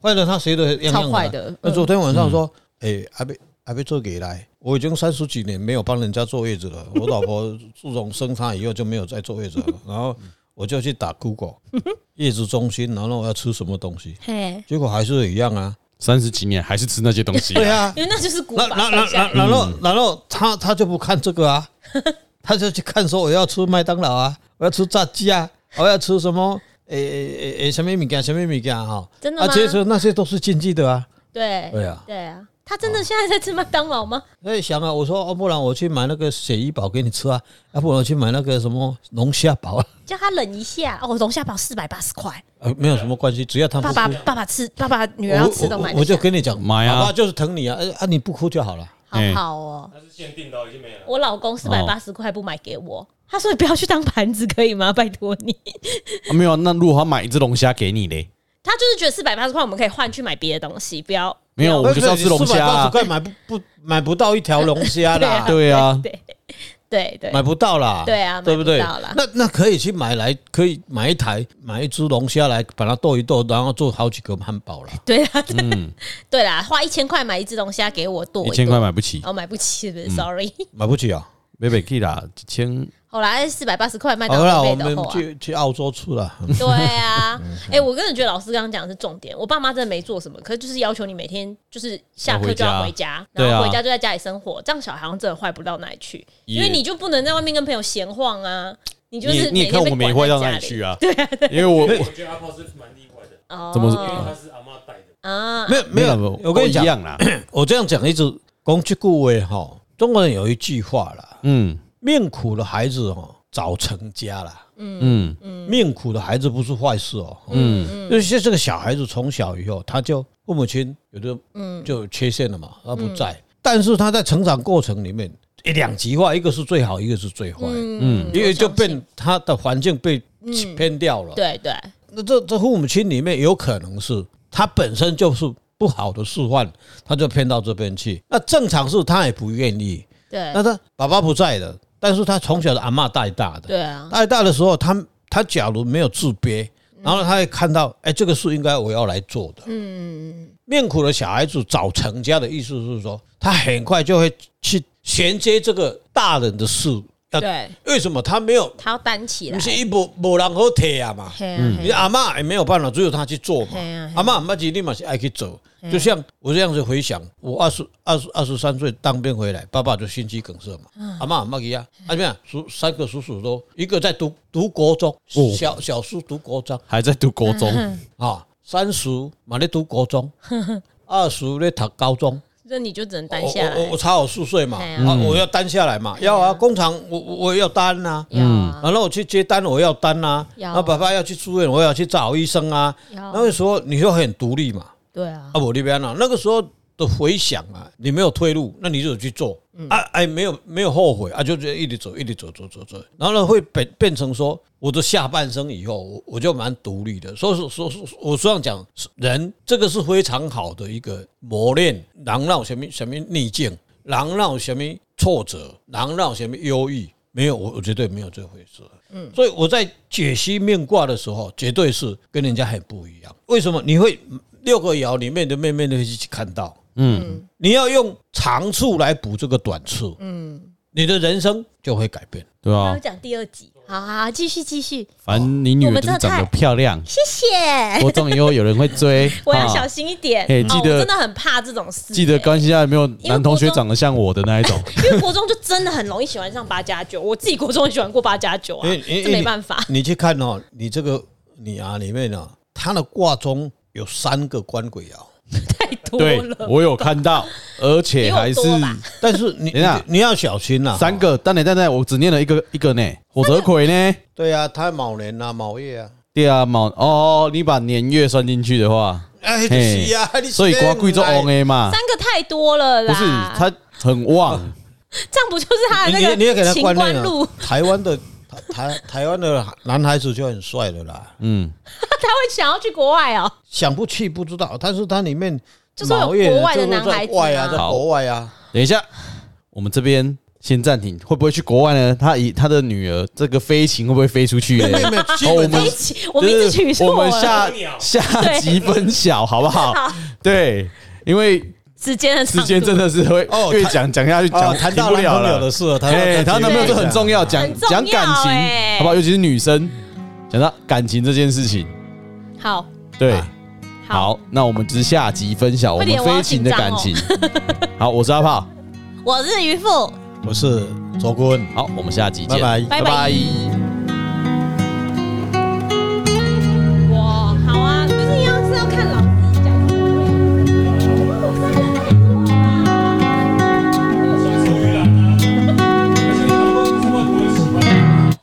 [SPEAKER 2] 坏的他学的样样
[SPEAKER 3] 超坏的
[SPEAKER 2] 那
[SPEAKER 3] 嗯
[SPEAKER 2] 昨天晚上说，哎，还没还没做给来，我已经三十几年没有帮人家坐月子了。我老婆自从生她以后就没有再坐月子 了，然后我就去打 Google 月子中心，然后我要吃什么东西，
[SPEAKER 3] 嘿，
[SPEAKER 2] 结果还是一样啊。
[SPEAKER 1] 三十几年还是吃那些东西、
[SPEAKER 2] 对，啊，
[SPEAKER 3] 因为那就是古
[SPEAKER 2] 那
[SPEAKER 3] 法
[SPEAKER 2] 那
[SPEAKER 3] 传下
[SPEAKER 2] 那
[SPEAKER 3] 来的
[SPEAKER 2] 然后然后他他就不看这个啊，他就去看说我要吃麦当劳啊，我要吃炸鸡啊，我要吃什么。诶诶诶诶，什么物件？什么物件哈？
[SPEAKER 3] 真的
[SPEAKER 2] 啊，
[SPEAKER 3] 吗
[SPEAKER 2] 其实那些都是禁忌的啊。
[SPEAKER 3] 对
[SPEAKER 2] 对啊
[SPEAKER 3] 对啊，他真的现在在吃麦当劳吗？
[SPEAKER 2] 所以想啊，我说哦，不然我去买那个血衣堡给你吃啊，要、不然我去买那个什么龙虾堡啊，
[SPEAKER 3] 叫他忍一下哦，龙虾堡四百八十块，
[SPEAKER 2] 呃，没有什么关系，只要他不
[SPEAKER 3] 爸
[SPEAKER 2] 哭，
[SPEAKER 3] 爸爸爸吃，爸爸女儿要吃都买
[SPEAKER 2] 哦我我我
[SPEAKER 3] 得
[SPEAKER 2] 就
[SPEAKER 3] 下，
[SPEAKER 2] 跟你讲，
[SPEAKER 1] 买啊
[SPEAKER 2] 爸爸就是疼你啊，呃啊，你不哭就好了。
[SPEAKER 3] 好
[SPEAKER 1] 哎
[SPEAKER 3] 好哦。
[SPEAKER 4] 它是限定的，已经没了。
[SPEAKER 3] 我老
[SPEAKER 2] 哦
[SPEAKER 3] 公四百八十块不买给我，他说你不要去当盘子可以吗？ 拜托你，
[SPEAKER 1] 啊、没有啊，那如果他买一只龙虾给你嘞，
[SPEAKER 3] 他就是觉得四百八十块我们可以换去买别的东西，不要
[SPEAKER 1] 没有，我们就是要吃龙虾、
[SPEAKER 2] 八十
[SPEAKER 1] 啊。
[SPEAKER 2] 块买不不买不到一条龙虾
[SPEAKER 3] 对啊
[SPEAKER 2] 啦，
[SPEAKER 1] 对啊，
[SPEAKER 3] 对对对
[SPEAKER 2] 买不到啦，
[SPEAKER 3] 欸对啊
[SPEAKER 2] 对不对？
[SPEAKER 3] 买不到啦
[SPEAKER 2] 那那可以去买来，可以买一台买一只龙虾来，把它剁一剁，然后做好几个汉堡啦。
[SPEAKER 3] 对啦，对啦，花一千块买一只龙虾给我剁
[SPEAKER 1] 嗯
[SPEAKER 3] 哦
[SPEAKER 1] 一千块，买不嗯起，
[SPEAKER 3] 我买不起，是不是？Sorry。
[SPEAKER 2] 买不起啊！
[SPEAKER 1] 没北 K 啦，一千
[SPEAKER 3] 后来四百八十块麦当
[SPEAKER 2] 好啦，
[SPEAKER 3] 劳
[SPEAKER 2] 我
[SPEAKER 3] 配的
[SPEAKER 2] 们
[SPEAKER 3] 后啊，
[SPEAKER 2] 去嗯去澳洲吃了。
[SPEAKER 3] 对 啊，哎、我真的觉得老师刚刚讲的是重点。我爸妈真的没做什么，可是就是要求你每天就是下课就要
[SPEAKER 1] 要
[SPEAKER 3] 回
[SPEAKER 1] 回
[SPEAKER 3] 家，
[SPEAKER 1] 对啊
[SPEAKER 3] 然后回家就在家里生活，这样小孩好像真的坏不到哪里去，因为
[SPEAKER 1] 也
[SPEAKER 3] 你就不能在外面跟朋友闲晃啊，你就
[SPEAKER 1] 你
[SPEAKER 3] 是
[SPEAKER 1] 你也看我们没
[SPEAKER 3] 没
[SPEAKER 1] 坏到哪里去啊？对因为我
[SPEAKER 4] 我
[SPEAKER 1] 我
[SPEAKER 4] 觉得阿炮是蛮例外的，
[SPEAKER 3] 哦，
[SPEAKER 1] 怎么
[SPEAKER 4] 因为他是阿妈带的。
[SPEAKER 3] 啊？
[SPEAKER 2] 没有没有，我跟你
[SPEAKER 1] 都
[SPEAKER 2] 讲
[SPEAKER 1] 一，样啦。
[SPEAKER 2] 我这样讲一直讲这句话哈，中国人有一句话啦，
[SPEAKER 1] 嗯
[SPEAKER 2] 命苦的孩子哦，早成家啦。
[SPEAKER 1] 嗯，
[SPEAKER 2] 命苦的孩子不是坏事哦，嗯，就是这个小孩子从小以后，他就父母亲有的嗯就有缺陷了嘛，他不在，但是他在成长过程里面，一两极化，一个是最好，一个是最坏，
[SPEAKER 3] 嗯
[SPEAKER 2] 因为就
[SPEAKER 3] 我相
[SPEAKER 2] 变
[SPEAKER 3] 信嗯
[SPEAKER 2] 他的环境被偏掉了。
[SPEAKER 3] 对对，
[SPEAKER 2] 那这这父母亲里面有可能是他本身就是不好的示范，他就偏到这边去。那正常是他也不愿意。
[SPEAKER 3] 对
[SPEAKER 2] 那他爸爸不在的，但是他从小的阿嬷带大的，
[SPEAKER 3] 对啊，
[SPEAKER 2] 带大的时候，他他假如没有自卑，
[SPEAKER 3] 嗯
[SPEAKER 2] 然后他也看到，哎，这个是应该我要来做的。嗯，面苦的小孩子早成家的意思是说，他很快就会去衔接这个大人的事要
[SPEAKER 3] 对，
[SPEAKER 2] 为什么他没有？
[SPEAKER 3] 他要担起来
[SPEAKER 2] 不。是一无无人好提啊嘛？
[SPEAKER 3] 嘿啊
[SPEAKER 1] 嗯
[SPEAKER 2] 你
[SPEAKER 3] 嘿啊
[SPEAKER 2] 阿嬷也没有办法，只有他去做嘛
[SPEAKER 3] 嘿啊。
[SPEAKER 2] 阿嬷阿妈其实立马是爱去做，就像我这样子回想，我二十二十二十三岁当兵回来，爸爸就心肌梗塞
[SPEAKER 3] 嗯
[SPEAKER 2] 嘛。阿妈阿妈给啊，阿怎么样？叔三个叔叔都一个在读读国中，小小叔读国中
[SPEAKER 1] 还在读高
[SPEAKER 3] 嗯
[SPEAKER 1] 中，
[SPEAKER 2] 啊，三叔嘛在读国 中，二叔在读高中。
[SPEAKER 3] 那你就只能
[SPEAKER 1] 哦
[SPEAKER 3] 担
[SPEAKER 2] 我
[SPEAKER 3] 下
[SPEAKER 2] 我我
[SPEAKER 3] 来
[SPEAKER 2] 我。差我四岁嘛，
[SPEAKER 3] 哎呀
[SPEAKER 2] 啊，我要担下来嘛，要啊，工厂我我我也要担呐、
[SPEAKER 3] 要啊
[SPEAKER 2] 然后我去接单，我要担呐、
[SPEAKER 3] 要
[SPEAKER 2] 然
[SPEAKER 3] 啊
[SPEAKER 2] 后爸爸要去住院，我要去找医生啊。
[SPEAKER 3] 要
[SPEAKER 2] 那个时候你就很独立嘛，
[SPEAKER 3] 对啊
[SPEAKER 1] 哦
[SPEAKER 2] 啊，，我那边呢，那个时候的回想啊，你没有退路，那你就去做，
[SPEAKER 3] 嗯
[SPEAKER 2] 啊，哎，没有没有后悔啊，就这一直走，一直走，走走走，然后呢，会变变成说，我的下半生以后，我我就蛮独立的，所以说说说，我这样讲，人这个是非常好的一个磨练，人闹什么什么逆境，人闹什么挫折，人闹什么忧郁。没有，我我绝对没有这回事。嗯，所以我在解析命卦的时候，绝对是跟人家很不一样。为什么你会六个爻里面的面面都会去看到？
[SPEAKER 1] 嗯，
[SPEAKER 2] 你要用长处来补这个短处，嗯，你的人生就会改变。
[SPEAKER 1] 对
[SPEAKER 3] 他
[SPEAKER 1] 啊
[SPEAKER 3] 会，讲第二集。好好，好继续继续，
[SPEAKER 1] 反正你女儿就是长得漂 亮，
[SPEAKER 3] 谢谢。
[SPEAKER 1] 国中以后有人会追
[SPEAKER 3] ，我要
[SPEAKER 1] 啊
[SPEAKER 3] 小心一点。
[SPEAKER 1] 嘿
[SPEAKER 3] 哦
[SPEAKER 1] 记
[SPEAKER 3] 我
[SPEAKER 1] 得
[SPEAKER 3] 真的很怕这种事。
[SPEAKER 1] 记得
[SPEAKER 3] 欸
[SPEAKER 1] 关心一下有没有男同学
[SPEAKER 3] 因为国中
[SPEAKER 1] 长得像我的那一种。
[SPEAKER 3] 因为国中就真的很容易喜欢上八加九，我自己国中也喜欢过八加九啊，
[SPEAKER 1] 哎
[SPEAKER 3] 这没办法。
[SPEAKER 2] 你去看哦，你这个你啊里面啊，它的卦中有三个官鬼爻，
[SPEAKER 3] 太多
[SPEAKER 1] 对
[SPEAKER 3] 了，。
[SPEAKER 1] 我有看到，而且还是
[SPEAKER 3] 比我多吧
[SPEAKER 2] 但是你
[SPEAKER 1] 等一下
[SPEAKER 2] 你要小心啊呐、
[SPEAKER 1] 三个。但你但但我只念了一个一个呢，火泽葵呢？
[SPEAKER 2] 对啊，它卯年啊，卯月啊，
[SPEAKER 1] 对啊，卯哦，你把年月算进去的话，
[SPEAKER 2] 哎， 就是啊，你
[SPEAKER 1] 所以瓜贵就 O
[SPEAKER 2] 哎。
[SPEAKER 1] A 嘛
[SPEAKER 3] 三，个太多了
[SPEAKER 1] 不
[SPEAKER 3] 啦，
[SPEAKER 1] 是它很旺，
[SPEAKER 3] 这样不就是他的
[SPEAKER 2] 你
[SPEAKER 3] 啊那个
[SPEAKER 2] 你也给他
[SPEAKER 3] 秦
[SPEAKER 2] 观
[SPEAKER 3] 观
[SPEAKER 2] 念
[SPEAKER 3] 路
[SPEAKER 2] 啊，，台湾的台台台湾的男孩子就很帅的啦，
[SPEAKER 1] 嗯，
[SPEAKER 3] 他会想要去国外哦。
[SPEAKER 2] 想不去不知道，但是它里面
[SPEAKER 3] 就是有
[SPEAKER 2] 毛叶
[SPEAKER 3] 国外的
[SPEAKER 2] 就是
[SPEAKER 3] 男孩子
[SPEAKER 2] 在外啊，
[SPEAKER 3] 啊
[SPEAKER 2] 在国外啊，
[SPEAKER 1] 等一下，我们这边先暂停，会不会去国外呢？他以他的女儿这个飞行会不会飞出去呢？
[SPEAKER 2] 没有没有，基
[SPEAKER 1] 哦我们
[SPEAKER 2] 本上
[SPEAKER 3] 飞起， 我们一直取
[SPEAKER 1] 就是
[SPEAKER 3] 错
[SPEAKER 1] 我们
[SPEAKER 3] 了，
[SPEAKER 1] 下下集分晓好不好？ 对，因为
[SPEAKER 3] 时间的
[SPEAKER 1] 时
[SPEAKER 3] 长
[SPEAKER 1] 间
[SPEAKER 3] 度
[SPEAKER 1] 真的是会
[SPEAKER 2] 哦
[SPEAKER 1] 越讲讲下去
[SPEAKER 2] 哦
[SPEAKER 1] 讲
[SPEAKER 2] 谈
[SPEAKER 1] 停
[SPEAKER 2] 到
[SPEAKER 1] 不
[SPEAKER 2] 男
[SPEAKER 1] 了
[SPEAKER 2] 朋友
[SPEAKER 1] 了
[SPEAKER 2] 的。事了，谈到
[SPEAKER 1] 哎，
[SPEAKER 2] 他
[SPEAKER 1] 谈男朋友这很重要，讲
[SPEAKER 3] 很重要
[SPEAKER 1] 讲感情，
[SPEAKER 3] 哎
[SPEAKER 1] 好不好？尤其是女生，讲到感情这件事情，
[SPEAKER 3] 好
[SPEAKER 1] 对，
[SPEAKER 3] 好
[SPEAKER 1] 好，，那我们之下集分享我
[SPEAKER 3] 快
[SPEAKER 1] 们
[SPEAKER 3] 点
[SPEAKER 1] 飞行
[SPEAKER 3] 哦
[SPEAKER 1] 的感情。 好，我是阿炮，
[SPEAKER 3] 我是渔夫，
[SPEAKER 2] 我是卓坤。
[SPEAKER 1] 好，我们下集见，
[SPEAKER 2] 拜拜
[SPEAKER 3] 拜拜啊